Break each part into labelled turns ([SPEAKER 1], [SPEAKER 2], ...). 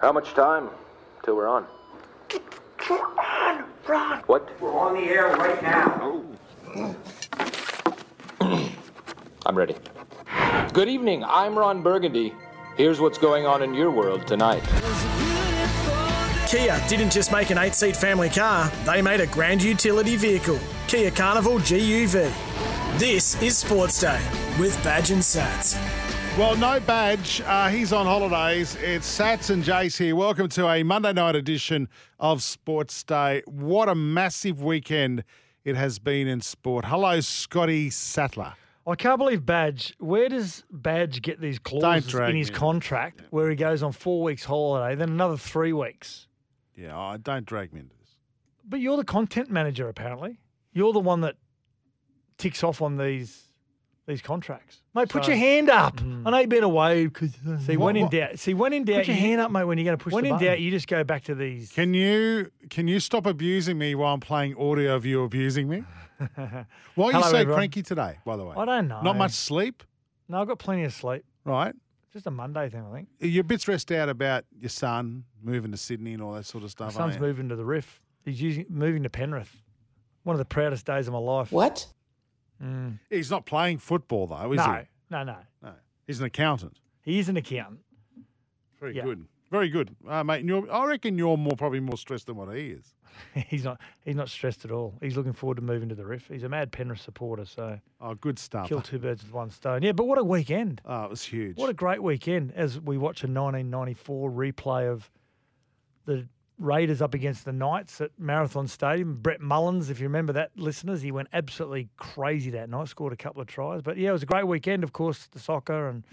[SPEAKER 1] How much time till we're on?
[SPEAKER 2] We're on, Ron.
[SPEAKER 1] What?
[SPEAKER 2] We're on the air right now.
[SPEAKER 1] I'm ready. Good evening. I'm Ron Burgundy. Here's what's going on in your world tonight.
[SPEAKER 3] Kia didn't just make an eight seat family car, they made a grand utility vehicle, Kia Carnival GUV. This is Sports Day with Badge and Sats.
[SPEAKER 4] Well, no badge. Uh, he's on holidays. It's Sats and Jace here. Welcome to a Monday night edition of Sports Day. What a massive weekend it has been in sport. Hello, Scotty Sattler.
[SPEAKER 5] I can't believe Badge. Where does Badge get these clauses
[SPEAKER 4] drag
[SPEAKER 5] in his
[SPEAKER 4] me.
[SPEAKER 5] contract where he goes on four weeks holiday, then another three weeks?
[SPEAKER 4] Yeah, oh, don't drag me into this.
[SPEAKER 5] But you're the content manager, apparently. You're the one that ticks off on these these contracts, mate. Put
[SPEAKER 4] So-
[SPEAKER 5] your hand up.
[SPEAKER 6] Mm-hmm.
[SPEAKER 5] I know you've been away because see
[SPEAKER 4] What-
[SPEAKER 5] when in
[SPEAKER 4] what-
[SPEAKER 5] doubt. See when in doubt,
[SPEAKER 6] Put your hand up, mate, when you're going to push
[SPEAKER 5] When
[SPEAKER 6] the
[SPEAKER 5] in
[SPEAKER 6] button.
[SPEAKER 5] doubt, you just go back to these.
[SPEAKER 4] Can you can you stop abusing me while I'm playing audio of you abusing me? Why are you
[SPEAKER 5] Hello,
[SPEAKER 4] so
[SPEAKER 5] everyone.
[SPEAKER 4] cranky today, by the way?
[SPEAKER 5] I don't know.
[SPEAKER 4] Not much sleep,
[SPEAKER 5] No, I've got plenty of sleep.
[SPEAKER 4] right?
[SPEAKER 5] Just a Monday thing, I think.
[SPEAKER 4] You're a bit stressed out about your son moving to Sydney and all that sort of
[SPEAKER 5] My
[SPEAKER 4] stuff.
[SPEAKER 5] son's
[SPEAKER 4] aren't you?
[SPEAKER 5] moving to the Riff. He's using, moving to Penrith. One of the proudest days of my life.
[SPEAKER 7] What?
[SPEAKER 5] Mm.
[SPEAKER 4] He's not playing football though, Oh, is
[SPEAKER 5] No, no, no.
[SPEAKER 4] he? No. He's an accountant.
[SPEAKER 5] He is an accountant.
[SPEAKER 4] Very
[SPEAKER 5] Yeah.
[SPEAKER 4] good. Very good, uh, mate. And you're, I reckon you're more probably more stressed than what he is.
[SPEAKER 5] He's not. He's not stressed at all. He's looking forward to moving to the Riff. He's a mad Penrith supporter, so
[SPEAKER 4] Oh, good stuff.
[SPEAKER 5] kill two birds with one stone. Yeah, but what a weekend!
[SPEAKER 4] Oh, it was huge.
[SPEAKER 5] What a great weekend as we watch a 1994 replay of the Raiders up against the Knights at Marathon Stadium. Brett Mullins, if you remember that, listeners, he went absolutely crazy that night. Scored a couple of tries, but yeah, it was a great weekend. Of course, the soccer and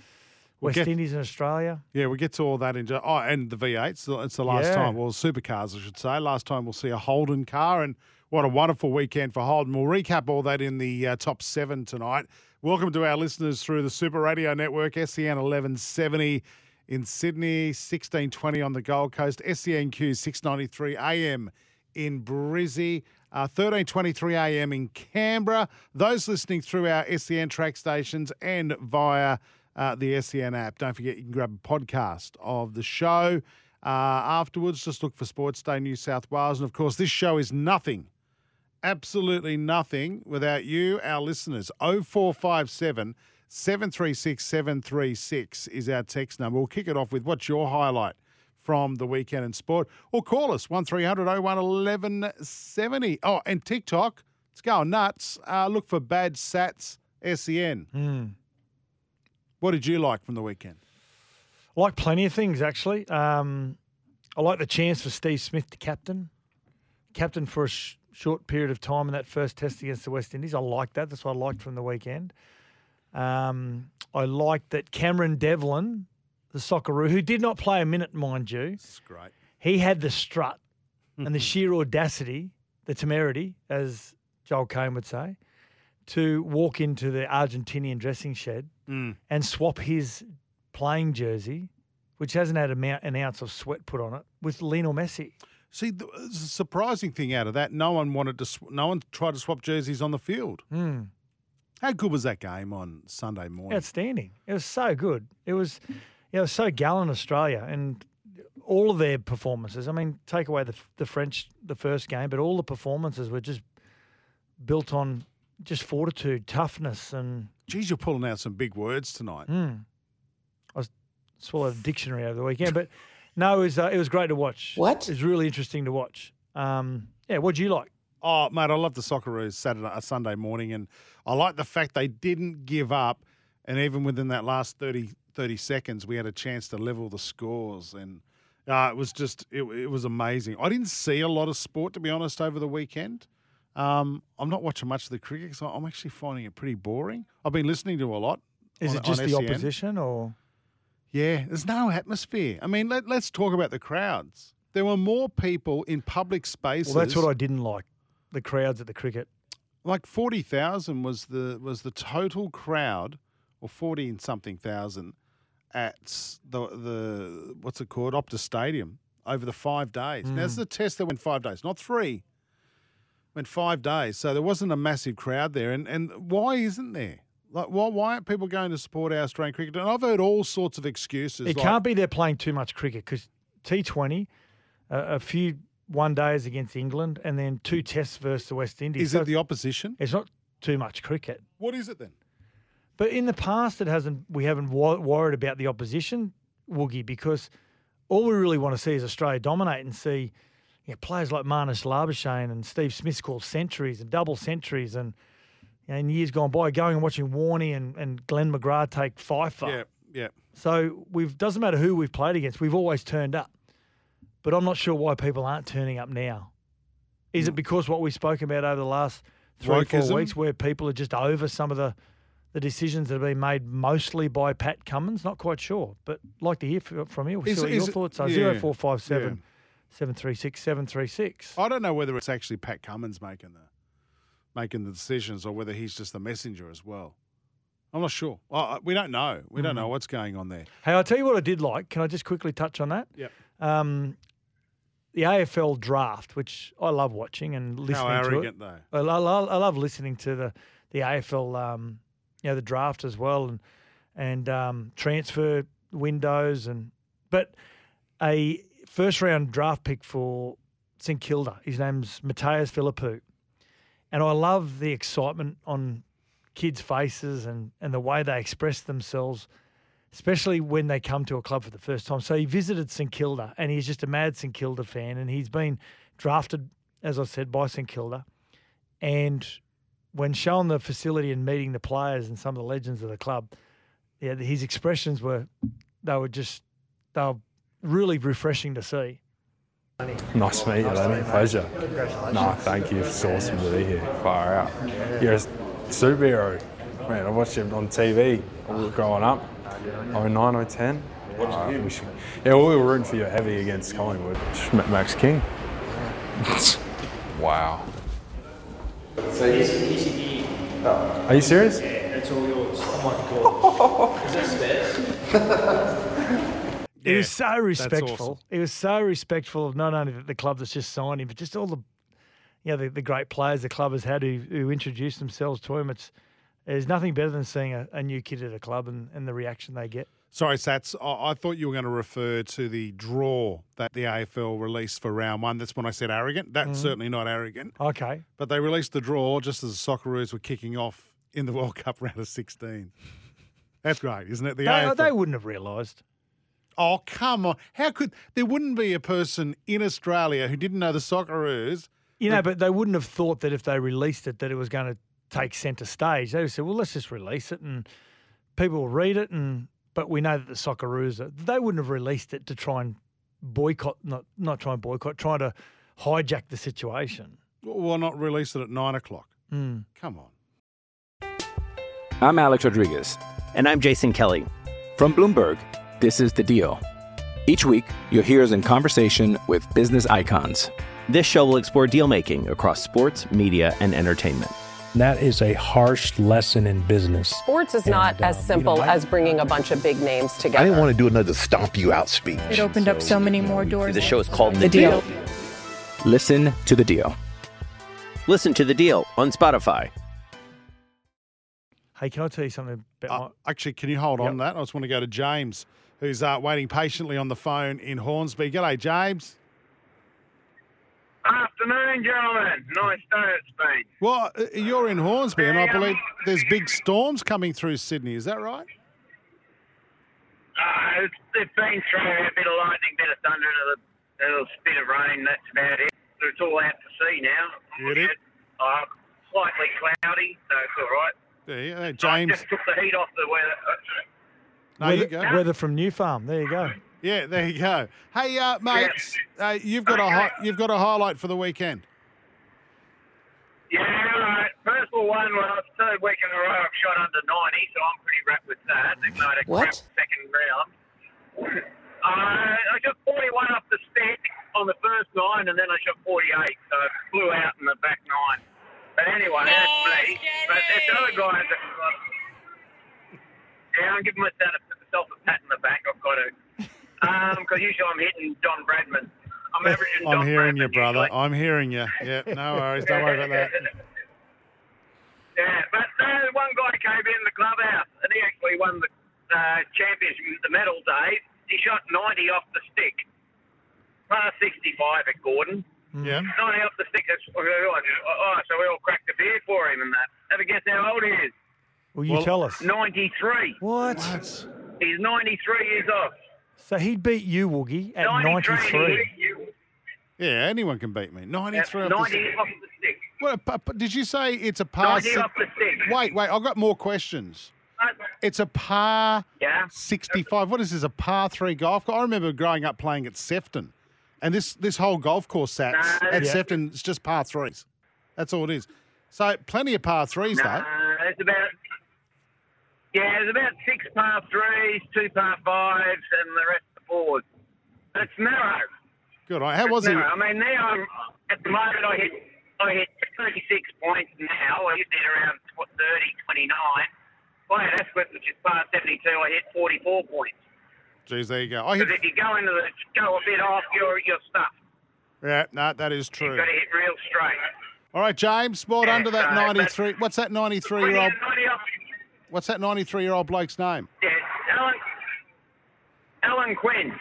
[SPEAKER 5] West
[SPEAKER 4] get-
[SPEAKER 5] Indies and Australia.
[SPEAKER 4] yeah, we'll get to all that in. ju- Oh, and the V8s. So It's the last
[SPEAKER 5] Yeah.
[SPEAKER 4] time. Well, supercars, I should say. Last time we'll see a Holden car, and what a wonderful weekend for Holden. We'll recap all that in the uh, top seven tonight. Welcome to our listeners through the Super Radio Network, E SEN 1170 in Sydney, 1620 on the Gold Coast, E SENQ 693 AM in Brizzy, uh, 1323 AM in Canberra. Those listening through our SEN track stations and via uh, the SEN app. Don't forget, you can grab a podcast of the show. Uh, afterwards, just look for Sports Day New South Wales. And of course, this show is nothing, absolutely nothing without you, our listeners. 0457 736 736 is our text number. We'll kick it off with what's your highlight from the weekend in sport? Or call us 1300 01 1170. Oh, and TikTok, it's going nuts. Uh, look for Bad Sats SEN. What did you like from the weekend?
[SPEAKER 5] I like plenty of things actually. Um, I like the chance for Steve Smith to captain, captain for a sh- short period of time in that first test against the West Indies. I like that. That's what I liked from the weekend. Um, I liked that Cameron Devlin, the Socceroo, who did not play a minute, mind you,
[SPEAKER 4] It's great.
[SPEAKER 5] he had the strut and the sheer audacity, the temerity, as Joel Kane would say, to walk into the Argentinian dressing shed and swap his playing jersey, which hasn't had a mou- an ounce of sweat put on it, with Lionel Messi.
[SPEAKER 4] See, the it's a surprising thing out of that, no one wanted to, sw- no one tried to swap jerseys on the field.
[SPEAKER 5] Mm.
[SPEAKER 4] How good was that game on Sunday morning?
[SPEAKER 5] Outstanding. It was so good. It was, you know, it was so gallant Australia and all of their performances. I mean, take away the the French the first game, but all the performances were just built on just fortitude, toughness, and
[SPEAKER 4] Geez, you're pulling out some big words tonight.
[SPEAKER 5] mm, I was swallowed a dictionary over the weekend. But no, it was uh, it was great to watch.
[SPEAKER 7] What?
[SPEAKER 5] It was really interesting to watch. Um, yeah. What do you like?
[SPEAKER 4] Oh, mate, I love the Socceroos Saturday, uh, Sunday morning, and I like the fact they didn't give up. And even within that last 30, 30 seconds, we had a chance to level the scores, and uh, it was just it, it was amazing. I didn't see a lot of sport, to be honest, over the weekend. Um, I'm not watching much of the cricket, so I'm actually finding it pretty boring. I've been listening to a lot.
[SPEAKER 5] Is
[SPEAKER 4] on- E
[SPEAKER 5] it just
[SPEAKER 4] on
[SPEAKER 5] the
[SPEAKER 4] SEN.
[SPEAKER 5] opposition or?
[SPEAKER 4] Yeah, there's no atmosphere. I mean, let, let's talk about the crowds. There were more people in public spaces.
[SPEAKER 5] Well, that's what I didn't like. The crowds at the cricket.
[SPEAKER 4] like forty thousand was the was the total crowd, or forty and something thousand, at s- the the what's it called Optus Stadium over the five days. Now
[SPEAKER 5] Hmm.
[SPEAKER 4] it's the test that went five days, not three. Went five days, so there wasn't a massive crowd there. And and why isn't there? Like why why aren't people going to support our Australian cricket? And I've heard all sorts of excuses.
[SPEAKER 5] It
[SPEAKER 4] like-
[SPEAKER 5] can't be they're playing too much cricket because T20, uh, a few one days against England, and then two tests versus the West Indies.
[SPEAKER 4] Is
[SPEAKER 5] So
[SPEAKER 4] it the opposition?
[SPEAKER 5] It's not too much cricket.
[SPEAKER 4] What is it then?
[SPEAKER 5] But in the past, it hasn't. We haven't wo- worried about the opposition, Woogie, because all we really want to see is Australia dominate and see you know, players like Marnus Labuschagne and Steve Smith score centuries and double centuries and. you know, In years gone by, going and watching Warney and, and Glenn McGrath take Pfeiffer.
[SPEAKER 4] Yeah, yeah.
[SPEAKER 5] So we've doesn't matter who we've played against, we've always turned up. But I'm not sure why people aren't turning up now. Is it because what we've spoken about over the last three
[SPEAKER 4] Mm. Wokeism?
[SPEAKER 5] four weeks, where people are just over some of the the decisions that have been made mostly by Pat Cummins? Not quite sure, but like to hear f- from you. We'll
[SPEAKER 4] Is-
[SPEAKER 5] see what your
[SPEAKER 4] is it-
[SPEAKER 5] thoughts are.
[SPEAKER 4] yeah,
[SPEAKER 5] Zero four five seven seven three six seven three six.
[SPEAKER 4] I don't know whether it's actually Pat Cummins making the making the decisions or whether he's just the messenger as well. I'm not sure. I, I- we don't know. We
[SPEAKER 5] Mm-hmm.
[SPEAKER 4] don't know what's going on there.
[SPEAKER 5] Hey, I'll tell you what I did like. Can I just quickly touch on that?
[SPEAKER 4] Yep.
[SPEAKER 5] Um, the AFL draft, which I love watching and listening
[SPEAKER 4] How
[SPEAKER 5] to. it.
[SPEAKER 4] arrogant though.
[SPEAKER 5] I, lo- lo- I love listening to the the AFL, um, you know, the draft as well, and and um, transfer windows, and but a first round draft pick for St Kilda. His name's Mateus Philippou, and I love the excitement on kids' faces and and the way they express themselves. Especially when they come to a club for the first time. So he visited St Kilda and he's just a mad St Kilda fan and he's been drafted, as I said, by St Kilda. And when shown the facility and meeting the players and some of the legends of the club, yeah, his expressions were they were just they were really refreshing to see.
[SPEAKER 8] Nice to meet you, Lenny. Pleasure. No, thank you. It's awesome to be here. Far out. You're a superhero. Man, I watched him on TV all growing up. Oh nine, oh ten. Uh, we should- yeah, we were rooting for you heavy against Collingwood. Just met Max King. wow.
[SPEAKER 9] So he's an ECD.
[SPEAKER 10] oh.
[SPEAKER 8] Are you serious?
[SPEAKER 9] It's all yours. Oh my god. Is that
[SPEAKER 5] He was so respectful.
[SPEAKER 9] awesome.
[SPEAKER 5] He was so respectful of not only the, the club that's just signed him, but just all the you know, the, the great players the club has had who, who introduced themselves to him. It's there's nothing better than seeing a, a new kid at a club and, and the reaction they get.
[SPEAKER 4] Sorry, Sats. I, I thought you were going to refer to the draw that the AFL released for round one. That's when I said arrogant. That's
[SPEAKER 5] Mhm.
[SPEAKER 4] certainly not arrogant.
[SPEAKER 5] Okay.
[SPEAKER 4] But they released the draw just as the Socceroos were kicking off in the World Cup round of 16. That's great, isn't it? The
[SPEAKER 5] They,
[SPEAKER 4] AFL.
[SPEAKER 5] they wouldn't have realised.
[SPEAKER 4] Oh, come on. How could there wouldn't be a person in Australia who didn't know the Socceroos?
[SPEAKER 5] You know, but they wouldn't have thought that if they released it that it was going to take centre stage. They just said, well, let's just release it and people will read it. And but we know that the Socceroos are, they wouldn't have released it to try and boycott, not not try and boycott, try to hijack the situation.
[SPEAKER 4] Well, not release it at nine o'clock.
[SPEAKER 5] Hmm.
[SPEAKER 4] Come on.
[SPEAKER 11] I'm Alex Rodriguez.
[SPEAKER 12] And I'm Jason Kelly.
[SPEAKER 11] From Bloomberg, this is The Deal. Each week, you'll hear us in conversation with business icons.
[SPEAKER 12] This show will explore deal making across sports, media, and entertainment.
[SPEAKER 6] And that is a harsh lesson in business.
[SPEAKER 7] Sports is not as simple as bringing a bunch of big names
[SPEAKER 13] I
[SPEAKER 7] together.
[SPEAKER 13] didn't want to do another stomp you out speech.
[SPEAKER 14] It opened up so many more doors.
[SPEAKER 11] The show is called
[SPEAKER 14] The Deal.
[SPEAKER 11] Listen to The Deal.
[SPEAKER 12] Listen to The Deal on Spotify.
[SPEAKER 5] Hey, can I tell you something about
[SPEAKER 15] Oh.
[SPEAKER 5] my,
[SPEAKER 4] Uh, Actually, can you hold on to that? I just want to go to James, who's uh, waiting patiently on the phone in Hornsby. G'day, James.
[SPEAKER 15] Afternoon, gentlemen. Nice day it's been.
[SPEAKER 4] Well, uh, you're in Hornsby, and I believe there's big storms coming through Sydney. Is that right?
[SPEAKER 15] Uh, it's, it's been through a bit of lightning, bit of thunder, and a little- a little spit of rain. That's about it. It's all out to sea now.
[SPEAKER 4] Beauty.
[SPEAKER 15] Uh, slightly cloudy, so it's all right.
[SPEAKER 4] There you go. James.
[SPEAKER 15] Just took the heat off the weather. uh,
[SPEAKER 4] No, you
[SPEAKER 5] weather,
[SPEAKER 4] go.
[SPEAKER 5] weather from New Farm? There you go.
[SPEAKER 4] Yeah, there you go. Hey, uh, mate, uh, you've got a hi- you've got a highlight for the weekend.
[SPEAKER 15] Yeah, all right. First of all, one well, it's third week in a row I've shot under 90, so I'm pretty wrapped with that. Even though I had a
[SPEAKER 4] What?
[SPEAKER 15] crap second round. Uh, I got 41 up the stick on the first nine, and then I shot 48, so it flew out in the back nine. But anyway, that's me. But there's other guys that. yeah, I'm giving myself a, myself a pat in the back. I've got to, because usually I'm hitting John Bradman. I'm averaging
[SPEAKER 4] I'm
[SPEAKER 15] John
[SPEAKER 4] hearing
[SPEAKER 15] Bradman
[SPEAKER 4] you, brother.
[SPEAKER 15] usually.
[SPEAKER 4] I'm hearing you. Yeah, no worries. Don't worry about that.
[SPEAKER 15] Yeah, but uh, one guy came in the clubhouse and he actually won the uh, championship, the medal, Dave. He shot 90 off the stick. Par 65 at Gordon.
[SPEAKER 4] Yeah.
[SPEAKER 15] 90 off the stick. That's, oh, oh, so we all cracked a beer for him and that. Have a guess how old he is.
[SPEAKER 5] Will you tell us?
[SPEAKER 15] 93.
[SPEAKER 5] What?
[SPEAKER 15] He's 93 years old.
[SPEAKER 5] So he beat you, Woogie, at 93.
[SPEAKER 4] Yeah, anyone can beat me. 93
[SPEAKER 15] At
[SPEAKER 4] off
[SPEAKER 15] 90
[SPEAKER 4] the stick.
[SPEAKER 15] off the stick.
[SPEAKER 4] What, a pa- pa- did you say it's a par?
[SPEAKER 15] 90 off the stick.
[SPEAKER 4] Wait, wait. I've got more questions. It's a par
[SPEAKER 15] Yeah.
[SPEAKER 4] 65. What is this? A par three golf course? I remember growing up playing at Sefton, and this this whole golf course sats
[SPEAKER 15] Nah,
[SPEAKER 4] at
[SPEAKER 15] yeah.
[SPEAKER 4] Sefton it's just par threes. That's all it is. So plenty of par threes
[SPEAKER 15] No, it's about yeah, there's about six par threes, two par fives, and the rest of the fours. It's narrow.
[SPEAKER 4] though. Good. all right. How
[SPEAKER 15] It's
[SPEAKER 4] was he?
[SPEAKER 15] narrow. I mean, now I'm, at the moment I hit I hit 36 points now. I used to hit around what, 30, 29. Well, that's what which is par 72. I hit 44 points.
[SPEAKER 4] Jeez, there you go. I hit.
[SPEAKER 15] Because if you go into the go a bit off, you're you're stuffed.
[SPEAKER 4] Yeah, no, that
[SPEAKER 15] You've
[SPEAKER 4] is true.
[SPEAKER 15] got to hit real straight.
[SPEAKER 4] All right, James. Well
[SPEAKER 15] Yeah,
[SPEAKER 4] done to that
[SPEAKER 15] so, but-
[SPEAKER 4] 93. What's that 93 year old? What's that 93 year old bloke's name?
[SPEAKER 15] Yeah, Alan, Alan Quinn.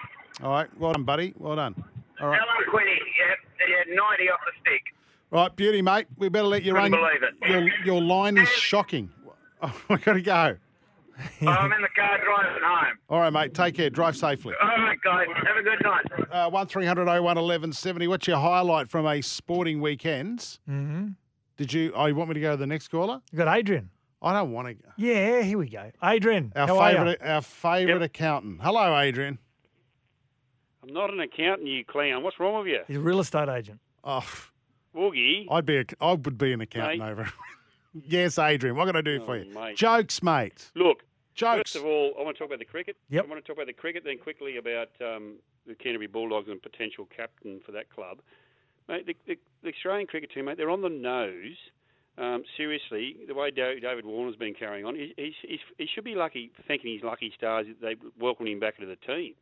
[SPEAKER 4] All right. Well done, buddy. Well done. All right.
[SPEAKER 15] Alan Quinny, yeah, yeah, 90 off the stick.
[SPEAKER 4] Right, beauty, mate. We better let you
[SPEAKER 15] Couldn't
[SPEAKER 4] run.
[SPEAKER 15] believe it.
[SPEAKER 4] Your, your line is shocking. Oh, I gotta go.
[SPEAKER 15] I'm in the car driving home.
[SPEAKER 4] All right, mate. Take care. Drive safely.
[SPEAKER 15] All right, guys, have a good night.
[SPEAKER 4] Uh, one 1170 What's your highlight from a sporting weekend?
[SPEAKER 5] Mm-hmm.
[SPEAKER 4] Did you? Oh, you want me to go to the next caller?
[SPEAKER 5] You got Adrian.
[SPEAKER 4] I don't want to.
[SPEAKER 5] Yeah, here we go. Adrian,
[SPEAKER 4] Our
[SPEAKER 5] how are you?
[SPEAKER 4] favorite, our favorite accountant. Hello, Adrian.
[SPEAKER 10] I'm not an accountant, you clown. What's wrong with you?
[SPEAKER 5] He's a real estate agent.
[SPEAKER 4] Oh,
[SPEAKER 10] Woogie,
[SPEAKER 4] I'd be. A, I would be an accountant
[SPEAKER 10] Mate. Oh,
[SPEAKER 4] over. yes, Adrian. What can I do for you?
[SPEAKER 10] mate.
[SPEAKER 4] Jokes, mate.
[SPEAKER 10] look.
[SPEAKER 4] Jokes.
[SPEAKER 10] First of all, I want to talk about the cricket.
[SPEAKER 4] Yep.
[SPEAKER 10] I want to talk about the cricket, then quickly about um, the Canterbury Bulldogs and potential captain for that club. Mate, the, the, the Australian cricket team, mate, they're on the nose. Um, seriously, the way Da- David Warner's been carrying on, he, he's, he's, he should be lucky, thanking his lucky stars that they welcomed him back into the team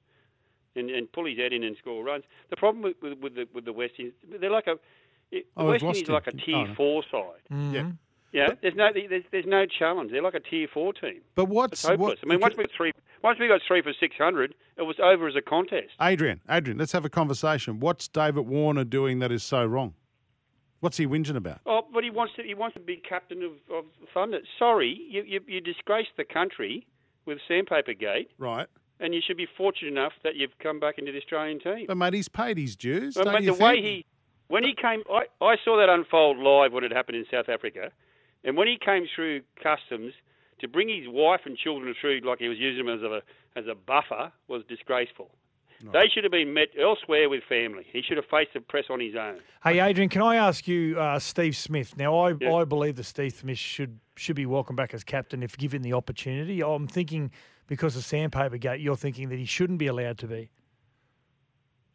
[SPEAKER 10] and, and pull his head in and score runs. The problem with, with, with, the, with the West is they're like a. It, the
[SPEAKER 4] Oh,
[SPEAKER 10] West
[SPEAKER 4] I've
[SPEAKER 10] Indies
[SPEAKER 4] lost
[SPEAKER 10] is like a
[SPEAKER 4] him.
[SPEAKER 10] tier
[SPEAKER 4] Oh.
[SPEAKER 10] four side.
[SPEAKER 4] Yeah.
[SPEAKER 10] Yeah, there's no there's, there's no challenge. They're like a tier four team.
[SPEAKER 4] But
[SPEAKER 10] It's
[SPEAKER 4] what's
[SPEAKER 10] hopeless.
[SPEAKER 4] what?
[SPEAKER 10] I mean, once we got three, once we got three for six hundred, it was over as a contest.
[SPEAKER 4] Adrian, Adrian, let's have a conversation. What's David Warner doing that is so wrong? What's he whinging about?
[SPEAKER 10] Oh, but he wants to he wants to be captain of, of Thunder. Sorry, you, you you disgraced the country with Sandpaper Gate,
[SPEAKER 4] Right.
[SPEAKER 10] and you should be fortunate enough that you've come back into the Australian team.
[SPEAKER 4] But mate, he's paid his dues.
[SPEAKER 10] Well,
[SPEAKER 4] don't
[SPEAKER 10] mate,
[SPEAKER 4] you
[SPEAKER 10] the way
[SPEAKER 4] think?
[SPEAKER 10] he, when he came, I, I saw that unfold live when it happened in South Africa, and when he came through customs to bring his wife and children through like he was using them as a as a buffer was disgraceful. They should have been met elsewhere with family. He should have faced the press on his own.
[SPEAKER 5] Hey, Adrian, can I ask you, uh, Steve Smith? Now, I,
[SPEAKER 10] Yeah.
[SPEAKER 5] I believe that Steve Smith should should be welcomed back as captain if given the opportunity. I'm thinking because of Sandpaper Gate, you're thinking that he shouldn't be allowed to be.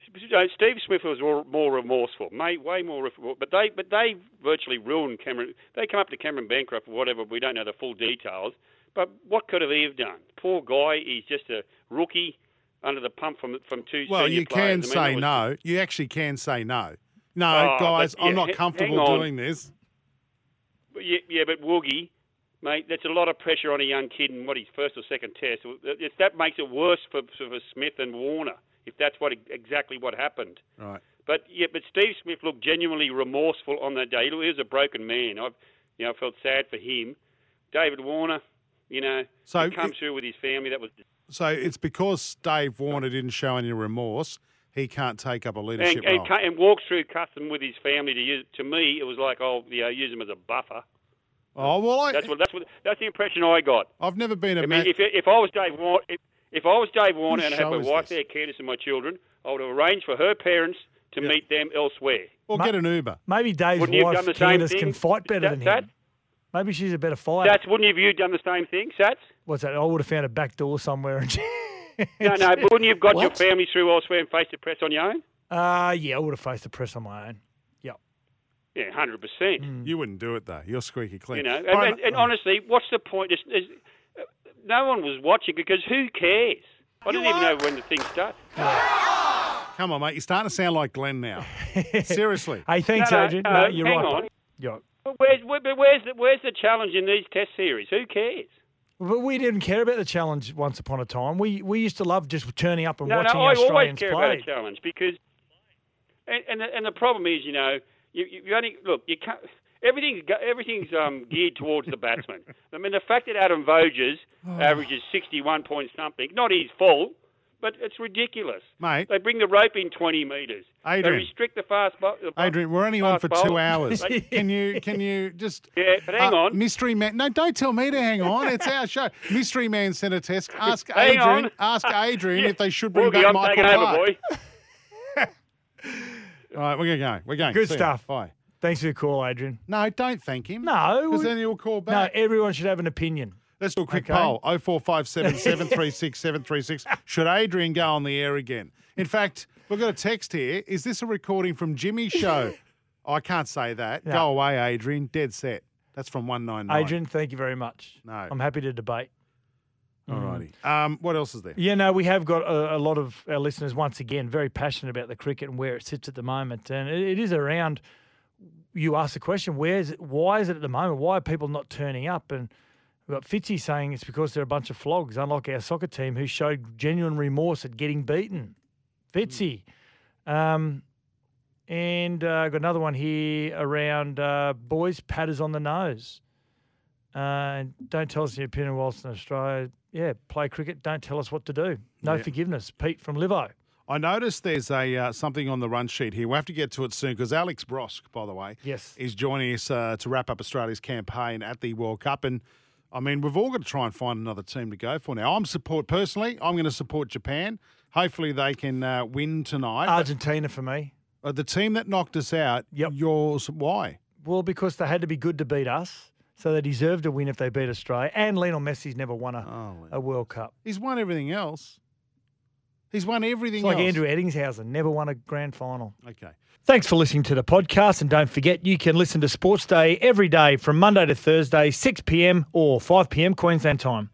[SPEAKER 10] Uh, Steve Smith was more- more remorseful, mate, way more. remorseful. But they, but they virtually ruined Cameron. They come up to Cameron bankrupt or whatever. We don't know the full details. But what could have he have done? Poor guy. He's just a rookie under the pump from from two.
[SPEAKER 4] Well,
[SPEAKER 10] senior
[SPEAKER 4] you
[SPEAKER 10] players. I
[SPEAKER 4] can
[SPEAKER 10] mean,
[SPEAKER 4] say
[SPEAKER 10] that
[SPEAKER 4] no.
[SPEAKER 10] was-
[SPEAKER 4] You actually can say no. No,
[SPEAKER 10] Oh,
[SPEAKER 4] guys,
[SPEAKER 10] but
[SPEAKER 4] I'm
[SPEAKER 10] yeah,
[SPEAKER 4] not
[SPEAKER 10] h-
[SPEAKER 4] comfortable
[SPEAKER 10] hang on.
[SPEAKER 4] doing this.
[SPEAKER 10] But Yeah, yeah, but Woogie, mate, that's a lot of pressure on a young kid in what his first or second test. If that makes it worse for, for Smith and Warner, if that's what exactly what happened.
[SPEAKER 4] Right.
[SPEAKER 10] But yeah, but Steve Smith looked genuinely remorseful on that day. He was a broken man. I've you know I felt sad for him. David Warner, you know,
[SPEAKER 4] So
[SPEAKER 10] he come
[SPEAKER 4] it-
[SPEAKER 10] through with his family. That was
[SPEAKER 4] So it's because Dave Warner didn't show any remorse, he can't take up a
[SPEAKER 10] and,
[SPEAKER 4] leadership
[SPEAKER 10] and,
[SPEAKER 4] role.
[SPEAKER 10] ca- and walked through custom with his family to use. To me, it was like oh, you know, use him as a buffer.
[SPEAKER 4] oh well, I,
[SPEAKER 10] That's what that's what that's the impression I got.
[SPEAKER 4] I've never been a
[SPEAKER 10] I
[SPEAKER 4] man.
[SPEAKER 10] mean, if, if I was Dave Warner, if, if I was Dave Warner and I had
[SPEAKER 4] show
[SPEAKER 10] my
[SPEAKER 4] is
[SPEAKER 10] wife there, Candice and my children, I would have arranged for her parents to meet them elsewhere.
[SPEAKER 4] Well, get an Uber.
[SPEAKER 5] Maybe Dave's
[SPEAKER 10] Wouldn't you have
[SPEAKER 5] wife,
[SPEAKER 10] done the same
[SPEAKER 5] Candace,
[SPEAKER 10] thing?
[SPEAKER 5] can fight better
[SPEAKER 10] That-
[SPEAKER 5] than
[SPEAKER 10] that-
[SPEAKER 5] him. Maybe she's a better fighter.
[SPEAKER 10] Sats, wouldn't you have you done the same thing, Sats?
[SPEAKER 5] What's that? I would have found a back door somewhere and
[SPEAKER 10] No, no, Boone, you've got your family through elsewhere and faced the press on your own?
[SPEAKER 5] Uh, yeah, I would have faced the press on my own.
[SPEAKER 10] Yeah, 100%.
[SPEAKER 4] You wouldn't do it though. You're squeaky clean.
[SPEAKER 10] You know, and,
[SPEAKER 4] Mm. All right,
[SPEAKER 10] and, and honestly, what's the point? It's, it's, no one was watching because who cares? I didn't even know when the thing started.
[SPEAKER 4] Come on, mate. You're starting to sound like Glenn now. Seriously.
[SPEAKER 5] Hey, thanks,
[SPEAKER 10] No, no,
[SPEAKER 5] Adrian.
[SPEAKER 10] no,
[SPEAKER 5] No, you're
[SPEAKER 10] hang
[SPEAKER 5] right.
[SPEAKER 10] on.
[SPEAKER 5] bud. You're right.
[SPEAKER 10] But where's, where, but where's, the, where's the challenge in these test series? Who cares?
[SPEAKER 5] But we didn't care about the challenge once upon a time. We we used to love just turning up and
[SPEAKER 10] No, no,
[SPEAKER 5] watching
[SPEAKER 10] I always
[SPEAKER 5] Australians
[SPEAKER 10] care
[SPEAKER 5] play.
[SPEAKER 10] about a challenge because, and and the, and the problem is, you know, you, you you only look you can't. Everything's go- everything's um, geared towards the batsman. I mean, the fact that Adam Voges averages sixty-one point something, not his fault, but it's ridiculous.
[SPEAKER 4] Mate.
[SPEAKER 10] they bring the rope in twenty metres.
[SPEAKER 4] Adrian.
[SPEAKER 10] they restrict the fast. Bo- the bo-
[SPEAKER 4] Adrian, we're only on
[SPEAKER 10] fast
[SPEAKER 4] for
[SPEAKER 10] bowlers.
[SPEAKER 4] two hours.
[SPEAKER 10] They-
[SPEAKER 4] can you can you just
[SPEAKER 10] Yeah, but hang
[SPEAKER 4] uh,
[SPEAKER 10] on.
[SPEAKER 4] mystery man? No, don't tell me to hang on. It's our show. Mystery man sent a test. Ask
[SPEAKER 10] Hang
[SPEAKER 4] Adrian.
[SPEAKER 10] on.
[SPEAKER 4] Ask Adrian
[SPEAKER 10] Yeah.
[SPEAKER 4] if they should bring
[SPEAKER 10] Woogie,
[SPEAKER 4] back
[SPEAKER 10] I'm
[SPEAKER 4] Michael
[SPEAKER 10] taking over,
[SPEAKER 4] Clark.
[SPEAKER 10] boy.
[SPEAKER 4] All right, we're going. We're going.
[SPEAKER 5] Good
[SPEAKER 4] See ya.
[SPEAKER 5] stuff.
[SPEAKER 4] Bye.
[SPEAKER 5] Thanks for the call, Adrian.
[SPEAKER 4] No, don't thank him.
[SPEAKER 5] No,
[SPEAKER 4] because
[SPEAKER 5] we-
[SPEAKER 4] then he'll call
[SPEAKER 5] no.
[SPEAKER 4] back.
[SPEAKER 5] Everyone should have an opinion.
[SPEAKER 4] Let's do a quick
[SPEAKER 5] Okay.
[SPEAKER 4] poll. 0457 736 736. Should Adrian go on the air again? In fact, we've got a text here. Is this a recording from Jimmy's show? I can't say that.
[SPEAKER 5] No.
[SPEAKER 4] Go away, Adrian. Dead set. That's from 199.
[SPEAKER 5] Adrian, thank you very much.
[SPEAKER 4] No.
[SPEAKER 5] I'm happy to debate.
[SPEAKER 4] Alrighty.
[SPEAKER 5] Mm.
[SPEAKER 4] Um, what else is there?
[SPEAKER 5] Yeah, no, we have got a, a lot of our listeners once again very passionate about the cricket and where it sits at the moment, and it, it is around. You ask the question, where's it, why is it at the moment? Why are people not turning up? And we've got Fitzy saying it's because they're a bunch of flogs, unlike our soccer team who showed genuine remorse at getting beaten. Fitzy. Um, and uh, I've got another one here around uh, boys, padders on the nose. Uh, and don't tell us your opinion whilst in Australia. Yeah, play cricket. Don't tell us what to do. No
[SPEAKER 4] Yeah.
[SPEAKER 5] forgiveness. Pete from Livo.
[SPEAKER 4] I noticed there's a uh, something on the run sheet here. We'll have to get to it soon because Alex Brosk, by the way,
[SPEAKER 5] Yes.
[SPEAKER 4] is joining us uh, to wrap up Australia's campaign at the World Cup. And I mean, we've all got to try and find another team to go for now. I'm support personally. I'm going to support Japan. Hopefully, they can uh, win tonight.
[SPEAKER 5] Argentina for me.
[SPEAKER 4] But, uh, the team that knocked us out. Yours. Why?
[SPEAKER 5] Well, because they had to be good to beat us. So they deserved a win if they beat Australia. And Lionel Messi's never won a, a World Cup.
[SPEAKER 4] He's won everything else. He's won everything.
[SPEAKER 5] It's like
[SPEAKER 4] else.
[SPEAKER 5] Andrew Eddingshausen, never won a grand final.
[SPEAKER 4] Okay.
[SPEAKER 5] Thanks for listening to the podcast. And don't forget, you can listen to Sports Day every day from Monday to Thursday, 6 p.m. or 5 p.m. Queensland time.